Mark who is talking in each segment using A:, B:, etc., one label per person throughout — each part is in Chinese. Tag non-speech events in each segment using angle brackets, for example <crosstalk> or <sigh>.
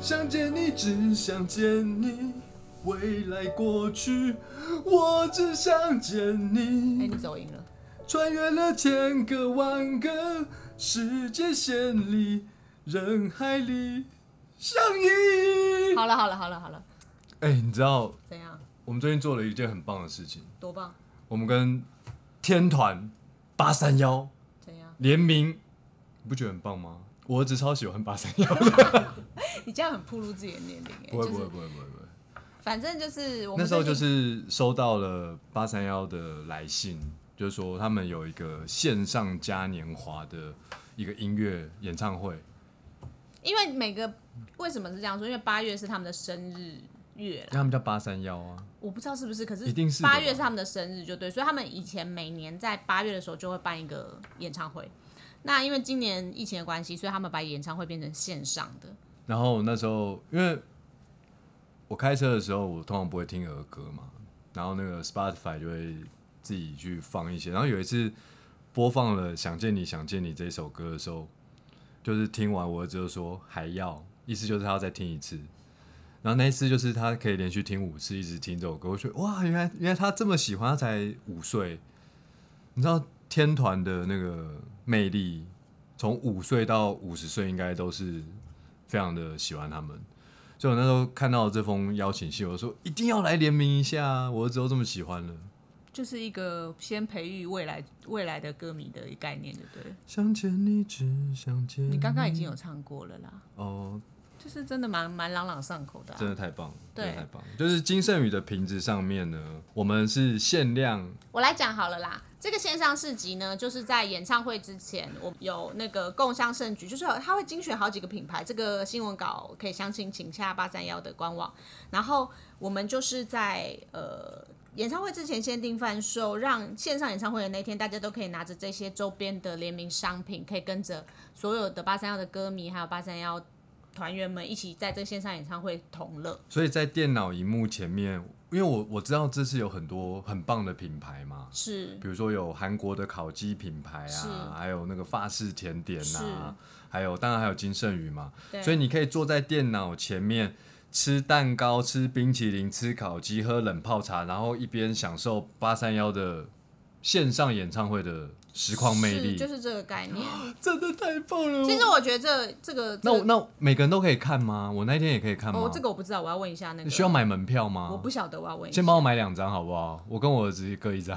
A: 想见你，只想见你，未来过去，我只想见
B: 哎、
A: 你
B: 你。走音了。
A: 穿越了千个万个世界线里，人海里相依。
B: 好了好了好了好了，
A: 哎、你知道
B: 怎样？
A: 我们最近做了一件很棒的事情，
B: 多棒？
A: 我们跟天团八三幺
B: 怎样？
A: 联名，你不觉得很棒吗？我儿子超喜欢八三幺，
B: 你这样很暴露自己的年龄、哎，
A: 不会不会
B: 就是
A: 不会不会不会。
B: 反正就是我
A: 那
B: 们
A: 时候就
B: 最近
A: 是收到了八三幺的来信，就是说他们有一个线上嘉年华的一个音乐演唱会，
B: 因为每个为什么是这样说？因为八月是他们的生日月啦，
A: 他们叫八三幺啊。
B: 我不知道是不是，可是
A: 一定是的吧
B: 八月是他们的生日，就对，所以他们以前每年在八月的时候就会办一个演唱会。那因为今年疫情的关系，所以他们把演唱会变成线上的。
A: 然后那时候因为我开车的时候，我通常不会听儿歌嘛，然后那个 Spotify 就会自己去放一些。然后有一次播放了《想见你想见你》这首歌的时候，就是听完我儿子就说还要，意思就是他要再听一次。然后那一次就是他可以连续听五次，一直听这首歌。我觉得哇，原来原来他这么喜欢，他才五岁。你知道天团的那个魅力，从五岁到五十岁应该都是非常的喜欢他们。所以我那时候看到这封邀请信，我说一定要来联名一下啊，我儿子都这么喜欢了。
B: 就是一个先培育未来未来的歌迷的概念，对不对？
A: 想见你，只想见
B: 你刚刚已经有唱过了啦，
A: 哦，
B: 就是真的蛮蛮朗朗上口的、
A: 真
B: 啊。
A: 的太棒了，
B: 对
A: 真的太棒了。就是金圣宇的瓶子上面呢，我们是限量，
B: 我来讲好了啦，这个线上市集呢，就是在演唱会之前，我有那个共襄盛举，就是有它会精选好几个品牌，这个新闻稿可以详情请下八三幺的官网。然后我们就是在呃演唱会之前限定贩售，让线上演唱会的那天大家都可以拿着这些周边的联名商品，可以跟着所有的八三幺的歌迷还有八三幺团员们一起在这个线上演唱会同乐。
A: 所以在电脑荧幕前面，因为我我知道这次有很多很棒的品牌嘛，
B: 是
A: 比如说有韩国的烤鸡品牌
B: 是
A: 啊，还有那个法式甜点
B: 是
A: 啊，还有当然还有金圣宇嘛，
B: 对
A: 所以你可以坐在电脑前面吃蛋糕、吃冰淇淋、吃烤鸡、喝冷泡茶，然后一边享受八三幺的线上演唱会的实况魅力，
B: 是就是这个概念。
A: 真的太棒了。
B: 其实我觉得这这个
A: 那
B: 这
A: 我
B: 个
A: 那每个人都可以看吗？我那一天也可以看吗？
B: 哦，这个我不知道，我要问一下那个。
A: 你需要买门票吗？
B: 我不晓得，我要问一下
A: 先。帮我买两张好不好？我跟我儿子各一张。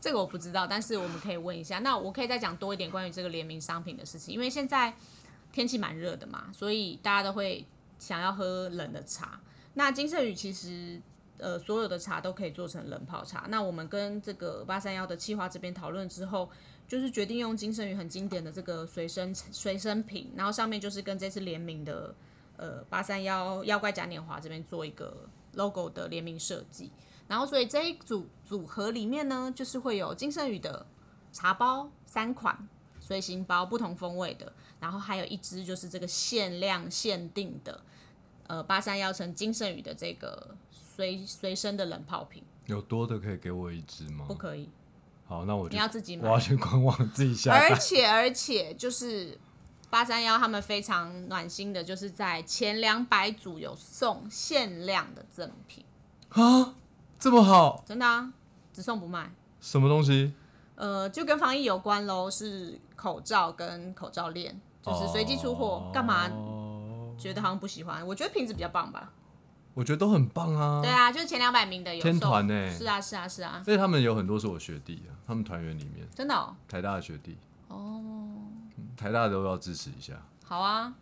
B: 这个我不知道，但是我们可以问一下。那我可以再讲多一点关于这个联名商品的事情，因为现在天气蛮热的嘛，所以大家都会想要喝冷的茶。那金圣宇其实呃所有的茶都可以做成冷泡茶。那我们跟这个八三幺的企划这边讨论之后，就是决定用金圣宇很经典的这个随身随身瓶，然后上面就是跟这次联名的呃八三幺妖怪嘉年华这边做一个 logo 的联名设计。然后所以这一组组合里面呢，就是会有金圣宇的茶包三款。随行包不同风味的，然后还有一支就是这个限量限定的，呃，八三幺乘金圣宇的这个随随身的冷泡瓶，
A: 有多的可以给我一支吗
B: 不？可以，
A: 好，那我就
B: 你要自己
A: 我
B: 买
A: 要。去官网自己下
B: 而
A: 单。
B: 且而且就是八三幺他们非常暖心的，就是在前两百组有送限量的赠品，
A: 啊这么好，
B: 真的啊，只送不卖。
A: 什么东西？
B: 呃，就跟防疫有关喽，是口罩跟口罩链，就是随机出货
A: 哦，
B: 干、嘛？觉得好像不喜欢，我觉得瓶子比较棒吧。
A: 我觉得都很棒啊。
B: 对啊，就是前两百名的有
A: 天
B: 送。
A: 团欸
B: 是啊是啊是啊，
A: 所以他们有很多是我学弟啊，他们团员里面
B: 真的哦，
A: 台大的学弟。哦、台大都要支持一下，
B: 好啊，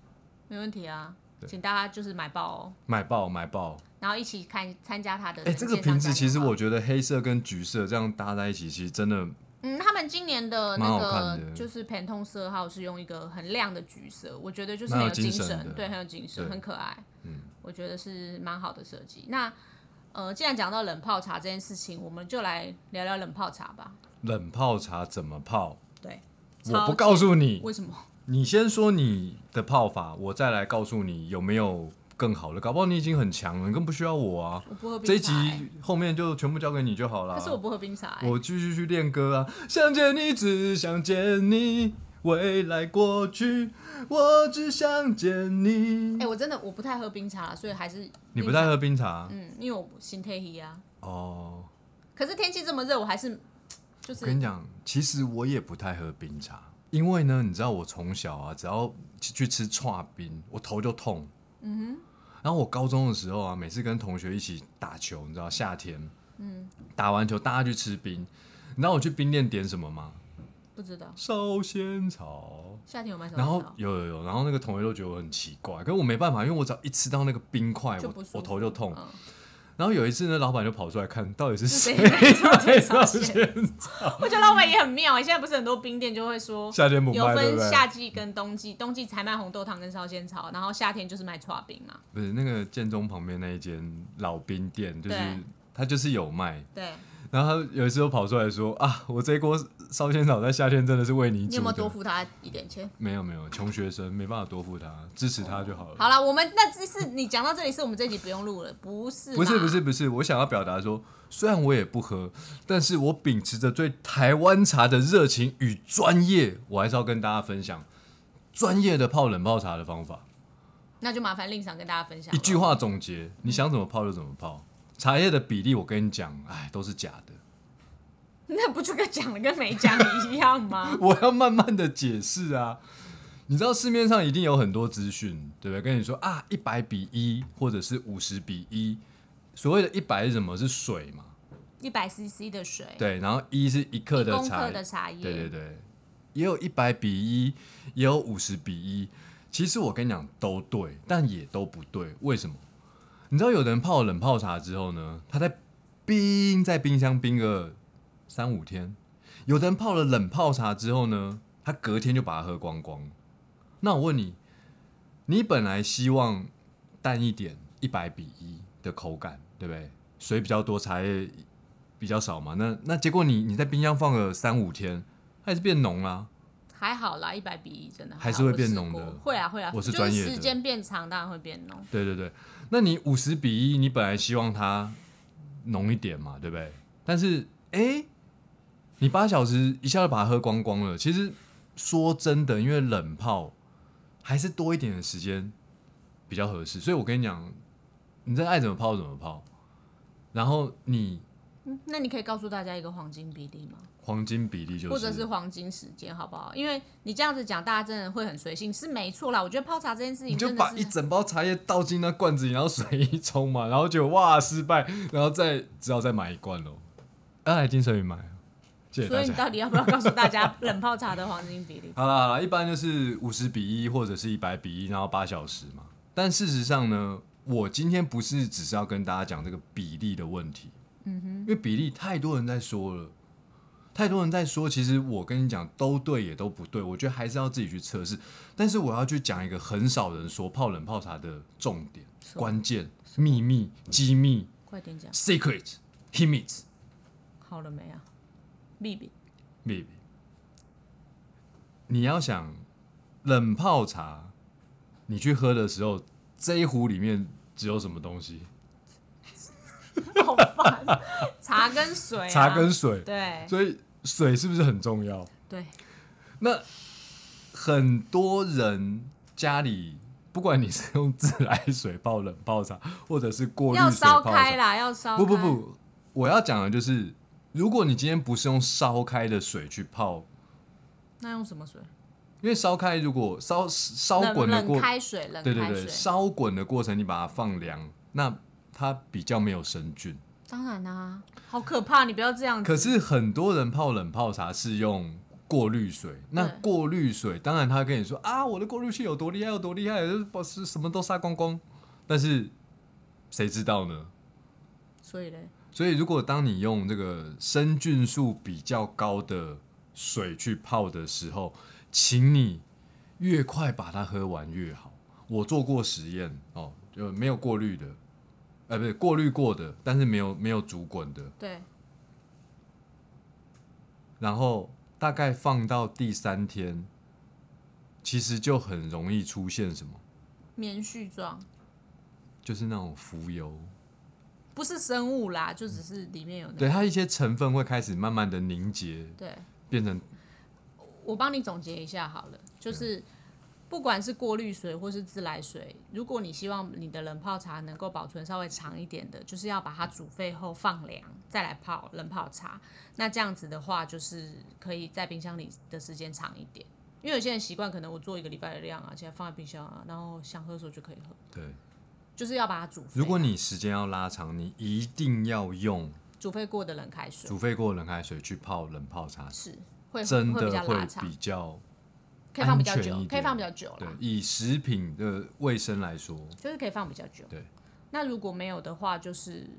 B: 没问题啊，请大家就是买爆哦，
A: 买爆买爆！
B: 然后一起看参加他的。
A: 哎、这个瓶子其实我觉得黑色跟橘色这样搭在一起，其实真的
B: 嗯，他们今年的
A: 蛮
B: 那
A: 好看
B: 个
A: 的
B: 就是偏通色号是用一个很亮的橘色，我觉得就是
A: 蛮
B: 很
A: 有
B: 有精
A: 精神的
B: 对，很有精神，
A: 对
B: 很可爱。嗯，我觉得是蛮好的设计。那呃，既然讲到冷泡茶这件事情，我们就来聊聊冷泡茶吧。
A: 冷泡茶怎么泡？
B: 对，
A: 我不
B: 超
A: 告诉你，
B: 为什么？
A: 你先说你的泡法，我再来告诉你有没有更好的。搞不好你已经很强了，你更不需要我啊。
B: 我不喝
A: 这一
B: 冰茶、欸，
A: 集啊后面就全部交给你就好了。
B: 哎可是我不喝冰茶、欸，
A: 我继续去练歌啊！想见你，只想见你，未来过去，我只想见你。
B: 哎、我真的我不太喝冰茶，所以还是
A: 你不太喝冰茶、
B: 嗯，因为我心太黑啊。
A: 哦？
B: 可是天气这么热，我还是就
A: 我跟
B: 是
A: 你讲，其实我也不太喝冰茶，因为呢，你知道我从小啊，只要去去吃串冰，我头就痛。嗯哼。然后我高中的时候啊，每次跟同学一起打球，你知道夏天，嗯，打完球大家去吃冰，你知道我去冰店点什么吗？
B: 不知道
A: 烧仙草。
B: 夏天有卖什么
A: 然后
B: 味道
A: 有有有，然后那个同学都觉得我很奇怪，可是我没办法，因为我只要一吃到那个冰块，
B: 就不
A: 我
B: 舒服
A: 我头就痛。
B: 嗯
A: 然后有一次呢，老板就跑出来看到底是
B: 是
A: 谁
B: 谁 <laughs>
A: 在烧
B: 烧
A: 仙草，
B: 我觉得老板也很妙、欸，现在不是很多冰店就会说
A: 夏天不
B: 有
A: 卖，对
B: 分
A: 不对？
B: 夏季跟冬季，冬季才卖红豆汤跟烧仙草，然后夏天就是卖刨冰嘛。
A: 不是那个建中旁边那一间老冰店，就是
B: 对
A: 他就是有卖。
B: 对，
A: 然后他有一次又跑出来说啊，我这一锅烧仙草在夏天真的是为你煮的。
B: 你有没有多付他一点钱？
A: 没有没有，穷学生没办法多付他，支持他就好了。
B: 好了，我们那这是你讲到这里，是我们这集不用录了，不是？
A: 不是不是，不是，我想要表达说，虽然我也不喝，但是我秉持着对台湾茶的热情与专业，我还是要跟大家分享专业的泡冷泡茶的方法。
B: 那就麻烦令赏跟大家分享
A: 一句。话总结，你想怎么泡就怎么泡。茶叶的比例，我跟你讲，哎，都是假的。？
B: <laughs> 那不就跟讲的跟没讲一样吗
A: <laughs> 我要慢慢的解释啊。你知道市面上一定有很多资讯，对不对？跟你说啊，一百比一，或者是五十比一。所谓的一百是什么？是水嘛？
B: 一百 CC 的水，
A: 对，然后一是一克
B: 一
A: 的
B: 公
A: 茶
B: 克，的茶叶，
A: 对对对，也有一百比一，也有五十比一。其实我跟你讲都对，但也都不对。为什么？你知道有的人泡冷泡茶之后呢，他在冰在冰箱冰个三五天；有的人泡了冷泡茶之后呢，他隔天就把它喝光光。那我问你，你本来希望淡一点，一百比一的口感，对不对？水比较多，茶叶比较少嘛。那那结果你你在冰箱放了三五天，它还是变浓啦、
B: 还好啦，一百比一真的
A: 还
B: 好
A: 是会
B: 我
A: 变
B: 试
A: 浓
B: 过
A: 的
B: 会啊会啊，
A: 我是
B: 就
A: 专业的
B: 时间变长当然会变浓。
A: 对对对，那你五十比一，你本来希望它浓一点嘛，对不对？但是哎，你八小时一下就把它喝光光了。其实说真的，因为冷泡还是多一点的时间比较合适。所以我跟你讲，你真的爱怎么泡怎么泡，然后你
B: 嗯那你可以告诉大家一个黄金比例吗？
A: 黄金比例就是
B: 或者是黄金时间，好不好？因为你这样子讲，大家真的会很随性，是没错啦。我觉得泡茶这件事
A: 你
B: 情
A: 就
B: 真的
A: 把一
B: 是，
A: 整包茶叶倒进那罐子里，然后水一冲嘛，然后就哇失败，然后再只好再买一罐啊喽。要来金水鱼买，谢谢
B: 所
A: 大
B: 以你
A: 家。
B: 到底要不要告诉大家冷泡茶的黄金比例？
A: 好啦好啦，一般就是五十比一或者是一百比一，然后八小时嘛。但事实上呢，我今天不是只是要跟大家讲这个比例的问题，嗯哼，因为比例太多人在说了。太多人在说，其实我跟你讲都对也都不对，我觉得还是要自己去测试。但是我要去讲一个很少人说泡冷泡茶的重点、
B: 什么
A: 关键、秘密、机密、
B: 快点讲，
A: secret、秘密、
B: 好了没啊？秘密
A: maybe。你要想冷泡茶，你去喝的时候，这一壶里面只有什么东西？
B: 好烦，茶跟水、
A: <laughs>
B: 啊，
A: 茶跟水，
B: 对
A: 所以水是不是很重要？
B: 对，
A: 那很多人家里，不管你是用自来水泡冷泡茶，或者是过滤
B: 要
A: 水
B: 烧
A: 泡
B: 开
A: 茶，
B: 啦，要烧
A: 不不
B: 开，
A: 不，我要讲的就是，如果你今天不是用烧开的水去泡，
B: 那用什么水？
A: 因为烧开如果烧烧
B: 冷
A: 滚的
B: 冷
A: 过，
B: 开水，冷
A: 对对
B: 开
A: 对，
B: 水，
A: 烧滚的过程你把它放凉，那它比较没有生菌。
B: 当然啦、好可怕，你不要这样子。
A: 可是很多人泡冷泡茶是用过滤水，那
B: 对
A: 过滤水当然他跟你说啊，我的过滤器有多厉害，有多厉害，就是把是什么都杀光光，但是谁知道呢？
B: 所以嘞，
A: 所以如果当你用这个生菌数比较高的水去泡的时候，请你越快把它喝完越好。我做过实验哦，就没有过滤的，呃，不是过滤过的，但是没有没有煮滚的，
B: 对，
A: 然后大概放到第三天，其实就很容易出现什么，
B: 棉絮状，
A: 就是那种浮游，
B: 不是生物啦，就只是里面有那
A: 对它一些成分会开始慢慢的凝结，
B: 对。
A: 变成
B: 我帮你总结一下好了，就是不管是过滤水或是自来水，如果你希望你的冷泡茶能够保存稍微长一点的，就是要把它煮沸后放凉，再来泡冷泡茶。那这样子的话，就是可以在冰箱里的时间长一点。因为有些人习惯，可能我做一个礼拜的量啊，现在放在冰箱啊，然后想喝的时候就可以喝，
A: 对，
B: 就是要把它煮沸啊。
A: 如果你时间要拉长，你一定要用
B: 煮沸过的冷开水
A: 煮沸过冷开水去泡冷泡茶，
B: 是会
A: 真
B: 会
A: 的
B: 比较
A: 会
B: 拉长，
A: 比较
B: 可以放比较
A: 安全一
B: 久，
A: 点
B: 可以放比较久
A: 对
B: 啦，。
A: 以食品的卫生来说，
B: 就是可以放比较久。
A: 对，
B: 那如果没有的话，就是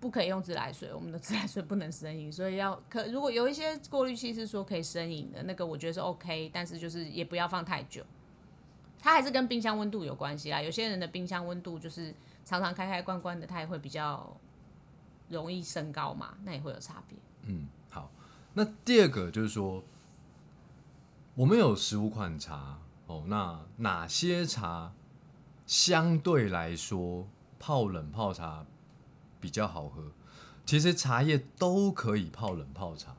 B: 不可以用自来水，我们的自来水不能生饮，所以要可如果有一些过滤器是说可以生饮的，那个我觉得是 OK，但是就是也不要放太久。它还是跟冰箱温度有关系啦，有些人的冰箱温度就是常常开开关关的，它也会比较容易升高嘛，那也会有差别。
A: 嗯，好。那第二个就是说，我们有十五款茶哦，那哪些茶相对来说泡冷泡茶比较好喝？其实茶叶都可以泡冷泡茶，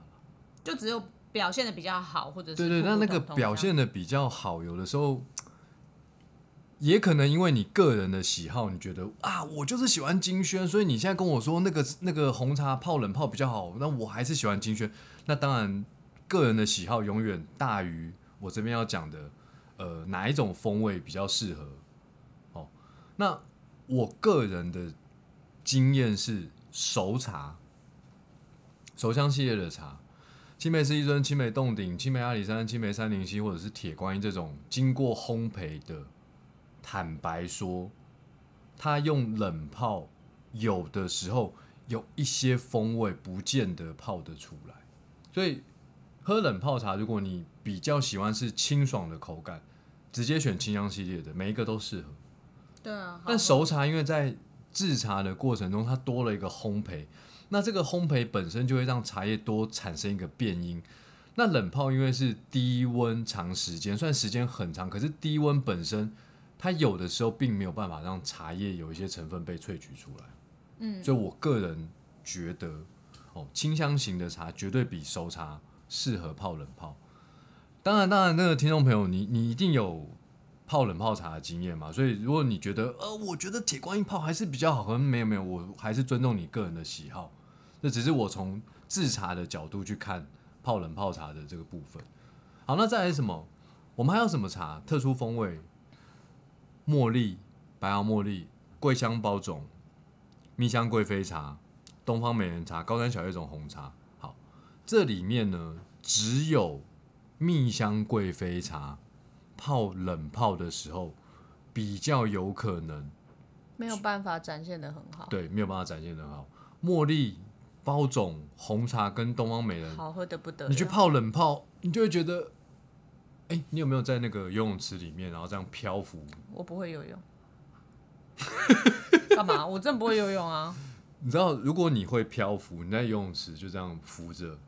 B: 就只有表现的比较好，或者是
A: 对对，
B: 普
A: 那
B: 普
A: 那个
B: 通通
A: 表
B: 这样
A: 现的比较好，有的时候也可能因为你个人的喜好，你觉得啊，我就是喜欢金萱，所以你现在跟我说那个那个红茶泡冷泡比较好，那我还是喜欢金萱。那当然，个人的喜好永远大于我这边要讲的，呃，哪一种风味比较适合。哦，那我个人的经验是熟茶，熟香系列的茶，青梅是一尊、青梅洞顶、青梅阿里山、青梅三零七，或者是铁观音这种经过烘焙的，坦白说，它用冷泡，有的时候有一些风味不见得泡得出来。所以喝冷泡茶，如果你比较喜欢是清爽的口感，直接选清香系列的，每一个都适合。
B: 对啊，好
A: 但熟茶因为在制茶的过程中，它多了一个烘焙，那这个烘焙本身就会让茶叶多产生一个变音。那冷泡因为是低温长时间，虽然时间很长，可是低温本身它有的时候并没有办法让茶叶有一些成分被萃取出来。嗯，所以我个人觉得，哦，清香型的茶绝对比熟茶适合泡冷泡。当然，当然，那个听众朋友，你你一定有泡冷泡茶的经验嘛，所以如果你觉得呃，我觉得铁观音泡还是比较好喝，没有没有，我还是尊重你个人的喜好，这只是我从制茶的角度去看泡冷泡茶的这个部分。好，那再来是什么？我们还有什么茶特殊风味？茉莉、白毫茉莉、桂香包种、蜜香贵妃茶、东方美人茶、高山小叶种红茶。好，这里面呢，只有蜜香贵妃茶泡冷泡的时候，比较有可能
B: 没有办法展现的很好，
A: 对没有办法展现得很好。茉莉、包种、红茶跟东方美人，
B: 好喝的不得了。
A: 你去泡冷泡，你就会觉得，哎、你有没有在那个游泳池里面，然后这样漂浮？
B: 我不会游泳， <laughs> 干嘛？我真的不会游泳啊！
A: 你知道，如果你会漂浮，你在游泳池就这样浮着，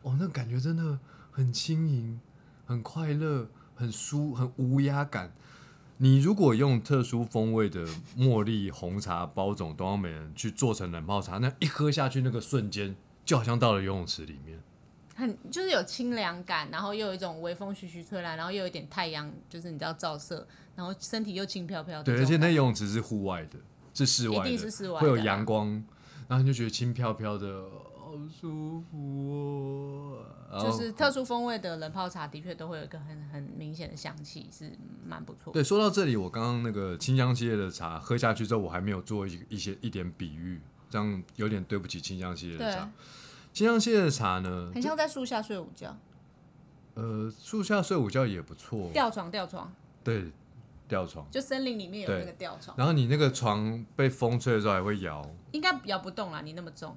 A: 哦，那感觉真的很轻盈、很快乐、很舒、很无压感。你如果用特殊风味的茉莉红茶、包种、东方美人去做成冷泡茶，那一喝下去那个瞬间，就好像到了游泳池里面。
B: 哦很就是有清凉感，然后又有一种微风徐徐吹来，然后又有一点太阳，就是你知道照射，然后身体又轻飘飘的
A: 对，
B: 这
A: 而
B: 种
A: 且
B: 感觉。
A: 那游泳池是户外的，是室外的，
B: 一定是室外的啊
A: 会有
B: 啦
A: 阳光，然后你就觉得轻飘飘的，哦好舒服哦。然后
B: 就是特殊风味的冷泡茶，的确都会有一个很很明显的香气，是蛮不错的。
A: 对，说到这里，我刚刚那个清香系列的茶喝下去之后，我还没有做一一些一点比喻，这样有点对不起清香系列的
B: 对
A: 茶。，清香系列的茶呢，
B: 很像在树下睡午觉，
A: 呃，树下睡午觉也不错，
B: 吊床吊床，
A: 对，吊床。
B: 就森林里面有
A: 对
B: 那个吊床，
A: 然后你那个床被风吹的时候还会摇，
B: 应该摇不动啦，你那么重。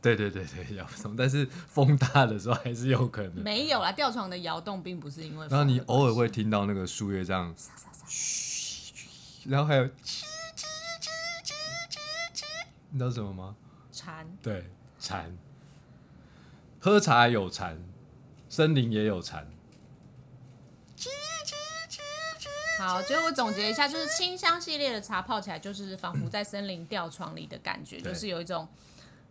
A: 对对对对，摇 <laughs> 不动，但是风大的时候还是有可能。
B: 没有啦，吊床的摇动并不是因为风的关系。
A: 然后你偶尔会听到那个树叶这样，然后还有，你知道什么吗？
B: 蝉
A: 对，蝉。喝茶有蝉，森林也有蝉。
B: 好，就是我总结一下，就是清香系列的茶泡起来，就是仿佛在森林吊床里的感觉，
A: 对
B: 就是有一种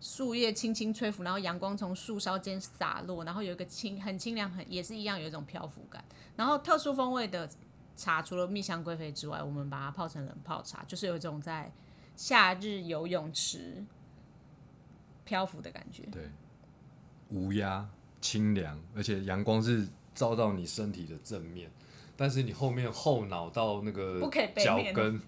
B: 树叶轻轻吹拂，然后阳光从树梢间洒落，然后有一个清很清凉，很也是一样有一种漂浮感。然后特殊风味的茶，除了蜜香贵妃之外，我们把它泡成冷泡茶，就是有一种在夏日游泳池漂浮的感觉。
A: 对，无压、清凉，而且阳光是照到你身体的正面，但是你后面后脑到那个
B: 不可以背
A: 脚
B: 面
A: 跟，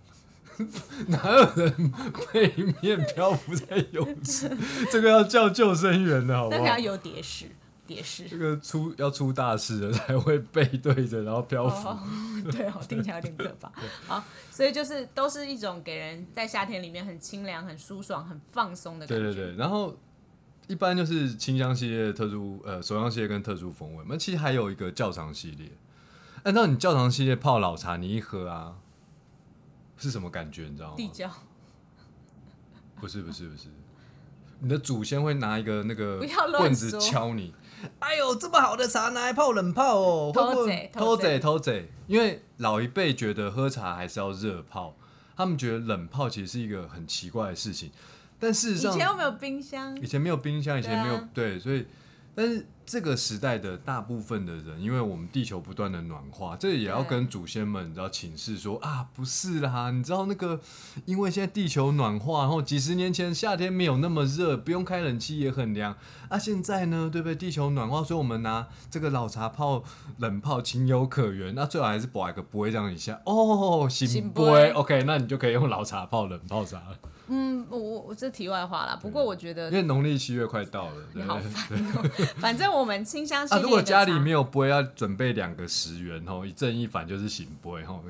A: <laughs> 哪有人背面漂浮在泳池？这个要叫救生员的好不
B: 那
A: 好
B: 可？要有蝶式，蝶式。
A: 这个出要出大事了才会背对着，然后漂浮。
B: 哦， <laughs> 对
A: <laughs>
B: 哦，听起来有点可怕。好，所以就是都是一种给人在夏天里面很清凉、很舒爽、很放松的感
A: 对
B: 觉。
A: 对对，然后一般就是清香系列、特殊呃手香系列跟特殊风味，那其实还有一个教堂系列。按照你教堂系列泡老茶，你一喝啊，是什么感觉？你知道
B: 地
A: 吗？
B: 窖，
A: 不是不是不是，你的祖先会拿一个那个
B: 不要乱
A: 棍子
B: 说
A: 敲你。哎呦，这么好的茶拿来泡冷泡哦，会不
B: 偷
A: 会
B: 贼
A: 偷
B: 偷
A: 贼
B: 贼
A: 偷贼？因为老一辈觉得喝茶还是要热泡，他们觉得冷泡其实是一个很奇怪的事情，但事实
B: 以
A: 上
B: 前又没有冰箱
A: 以，前没有冰箱，以前没有
B: 对啊
A: 对，所以但是这个时代的大部分的人，因为我们地球不断的暖化，这也要
B: 对
A: 跟祖先们你知道请示说啊，不是啦，你知道那个，因为现在地球暖化，然后几十年前夏天没有那么热，不用开冷气也很凉啊，现在呢，对不对？地球暖化，所以我们拿这个老茶泡冷泡情有可原，那最好还是把一个不会让你下哦，行
B: 醒
A: 不
B: 杯
A: ？OK，那你就可以用老茶泡冷泡茶了，
B: 嗯，我我我这题外话啦。不过我觉
A: 因
B: 得
A: 为农历七月快到了，
B: 你
A: 对不
B: 好
A: 对？
B: 烦哦。反正我们清香系
A: 啊，
B: 列的
A: 如果家里
B: 茶
A: 没有杯，要准备两个十元哦，一正一反就是醒杯哦。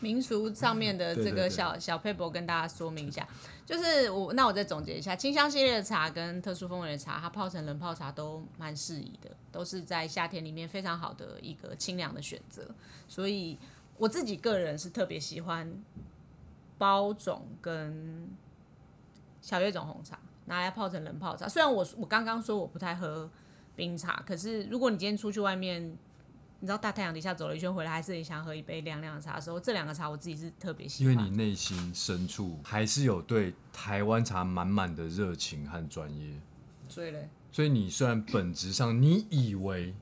B: 民俗上面的
A: 对
B: 这
A: 对对
B: 个小小 paper 跟大家说明一下，就是我那我再总结一下，清香系列的茶跟特殊风味的茶，它泡成冷泡茶都蛮适宜的，都是在夏天里面非常好的一个清凉的选择。所以我自己个人是特别喜欢包种跟小月种红茶拿来泡成冷泡茶。虽然我我刚刚说我不太喝冰茶，可是如果你今天出去外面你知道大太阳底下走了一圈回来，还是很想喝一杯凉凉的茶的时候，这两个茶我自己是特别喜
A: 因
B: 欢。
A: 为你内心深处还是有对台湾茶满满的热情和专业，
B: 所以嘞，
A: 所以你虽然本质上你以为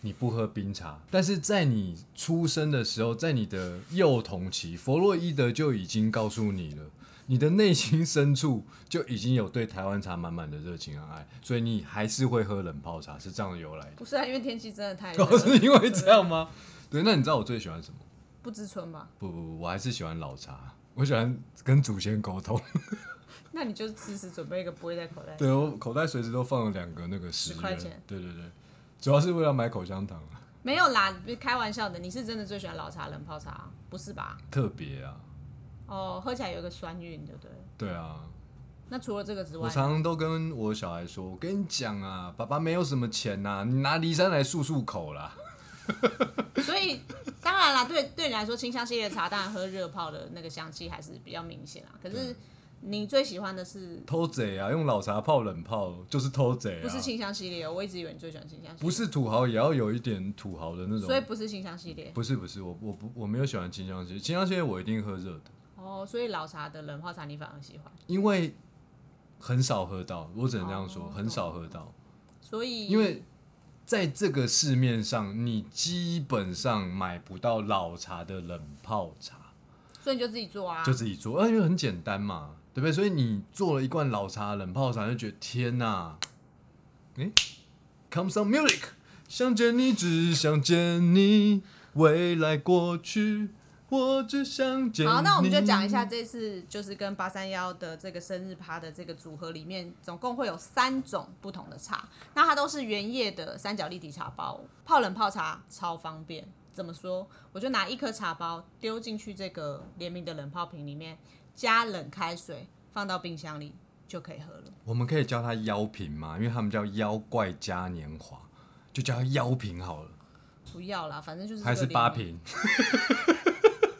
A: 你不喝冰茶，但是在你出生的时候，在你的幼童期，弗洛伊德就已经告诉你了。你的内心深处就已经有对台湾茶满满的热情和爱，所以你还是会喝冷泡茶，是这样的由来的。
B: 不是啊，因为天气真的 <laughs>
A: <laughs>
B: 太热
A: 都
B: 了，
A: 是因为这样吗？ <laughs> 对，那你知道我最喜欢什么？
B: 不知春吧？
A: 不不不，我还是喜欢老茶， <laughs> 我喜欢跟祖先沟通。 <laughs>
B: 那你就时时准备一个不会在口袋。
A: 对我口袋随时都放了两个那个十
B: 10块
A: 元
B: 钱，
A: 对对对，主要是为了买口香糖，啊
B: 没有啦，开玩笑的，你是真的最喜欢老茶冷泡茶啊，不是吧？
A: 特别啊，
B: 哦，喝起来有一个酸韵，对不对？
A: 对啊，
B: 那除了这个之
A: 我
B: 外，
A: 常常都跟我小孩说，我跟你讲啊，爸爸没有什么钱呐、你拿骊山来漱漱口啦。 <laughs>
B: 所以当然啦，对对你来说，清香系列茶当然喝热泡的那个香气还是比较明显啦。可
A: 啊
B: 是你最喜欢的是
A: 偷贼啊，用老茶泡冷泡就是偷贼啊，
B: 不是清香系列哦？我一直以为你最喜欢清香系列，
A: 不是土豪也要有一点土豪的那种
B: 所，以不是清香系列
A: 不是不是，我我不我没有喜欢清香系，清香系我一定喝热的。
B: 哦。所以老茶的冷泡茶你反而喜欢，
A: 因为很少喝到，我只能这样
B: 哦
A: 说，很少喝到。
B: 所以
A: 因为在这个市面上，你基本上买不到老茶的冷泡茶，
B: 所以你就自己做啊
A: 就。自己做，啊因为很简单嘛，对不对？所以你做了一罐老茶冷泡茶，就觉得天哪！诶 c o m e some music，想见你，只想见你，未来过去，我只想见你。
B: 好，那我们就讲一下这次就是跟八三幺的这个生日趴的这个组合里面，总共会有三种不同的茶，那它都是原叶的三角立体茶包，泡冷泡茶超方便。怎么说？我就拿一颗茶包丢进去这个联名的冷泡瓶里面，加冷开水放到冰箱里就可以喝了。
A: 我们可以叫它妖瓶嘛，因为他们叫妖怪嘉年华，就叫它妖瓶好了，
B: 不要啦，反正就是这个
A: 还是八
B: 联名
A: 瓶？ <laughs>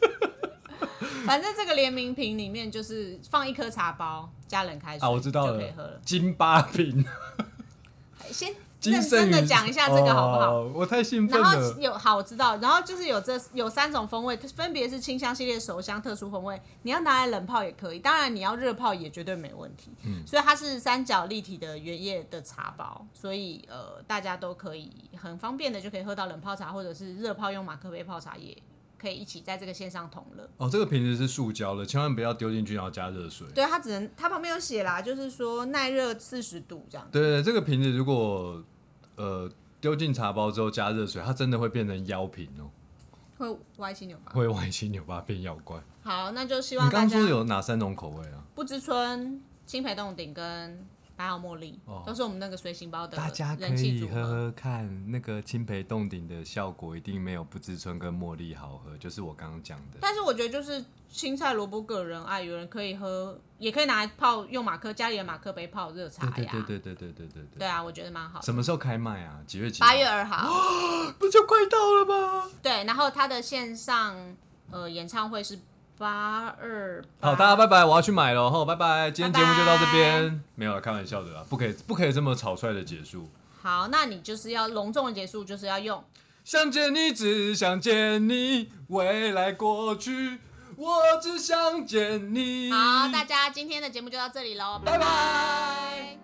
B: 反正这个联名瓶里面就是放一颗茶包加冷开水
A: 啊，我知道
B: 就可以喝
A: 了
B: 了，。
A: 金八瓶。
B: 哎先
A: 精
B: 认
A: 神
B: 真
A: 与
B: 的讲一下这个好不好？
A: 哦我太兴奋
B: 然后
A: 了。
B: 有好，我知道，然后就是有这有三种风味，分别是清香系列、熟香、特殊风味。你要拿来冷泡也可以，当然你要热泡也绝对没问题。嗯，所以它是三角立体的原叶的茶包，所以呃，大家都可以很方便的就可以喝到冷泡茶，或者是热泡用马克杯泡茶也可以一起在这个线上同乐。
A: 哦，这个瓶子是塑胶的，千万不要丢进去，然后加热水。
B: 对，它只能它旁边有写啦，就是说耐热四十度这样。
A: 对对，对这个瓶子如果呃丢进茶包之后加热水，它真的会变成妖瓶哦，
B: 会歪七扭八。
A: 会歪七扭八变妖怪。
B: 好，那就希
A: 你
B: 望
A: 刚
B: 大
A: 刚
B: 家
A: 说有哪三种口味啊？
B: 不知春、青培洞顶跟白毫茉莉、
A: 哦
B: 都是我们那个随行包的
A: 大家
B: 人
A: 可
B: 气
A: 以
B: 组
A: 喝
B: 合。
A: 喝看，那个青培冻顶的效果一定没有不知春跟茉莉好喝，就是我刚刚讲的。
B: 但是我觉得就是青菜萝卜个人啊爱，有人可以喝，也可以拿来泡用马克家里的马克杯泡热茶呀。
A: 对对对对对对对对对。
B: 对啊，我觉得蛮好的。
A: 什么时候开卖啊？几月几？
B: 八月。二号，
A: 不就快到了吗？
B: 对，然后他的线上呃演唱会是八二。
A: 好，大家拜拜，我要去买了哈，拜拜。今天节目就到这边，没有了，开玩笑的啦，不可以不可以这么草率的结束。
B: 好，那你就是要隆重的结束，就是要用
A: 想见你，只想见你，未来过去，我只想见你。
B: 好，大家今天的节目就到这里喽，
A: 拜拜
B: 拜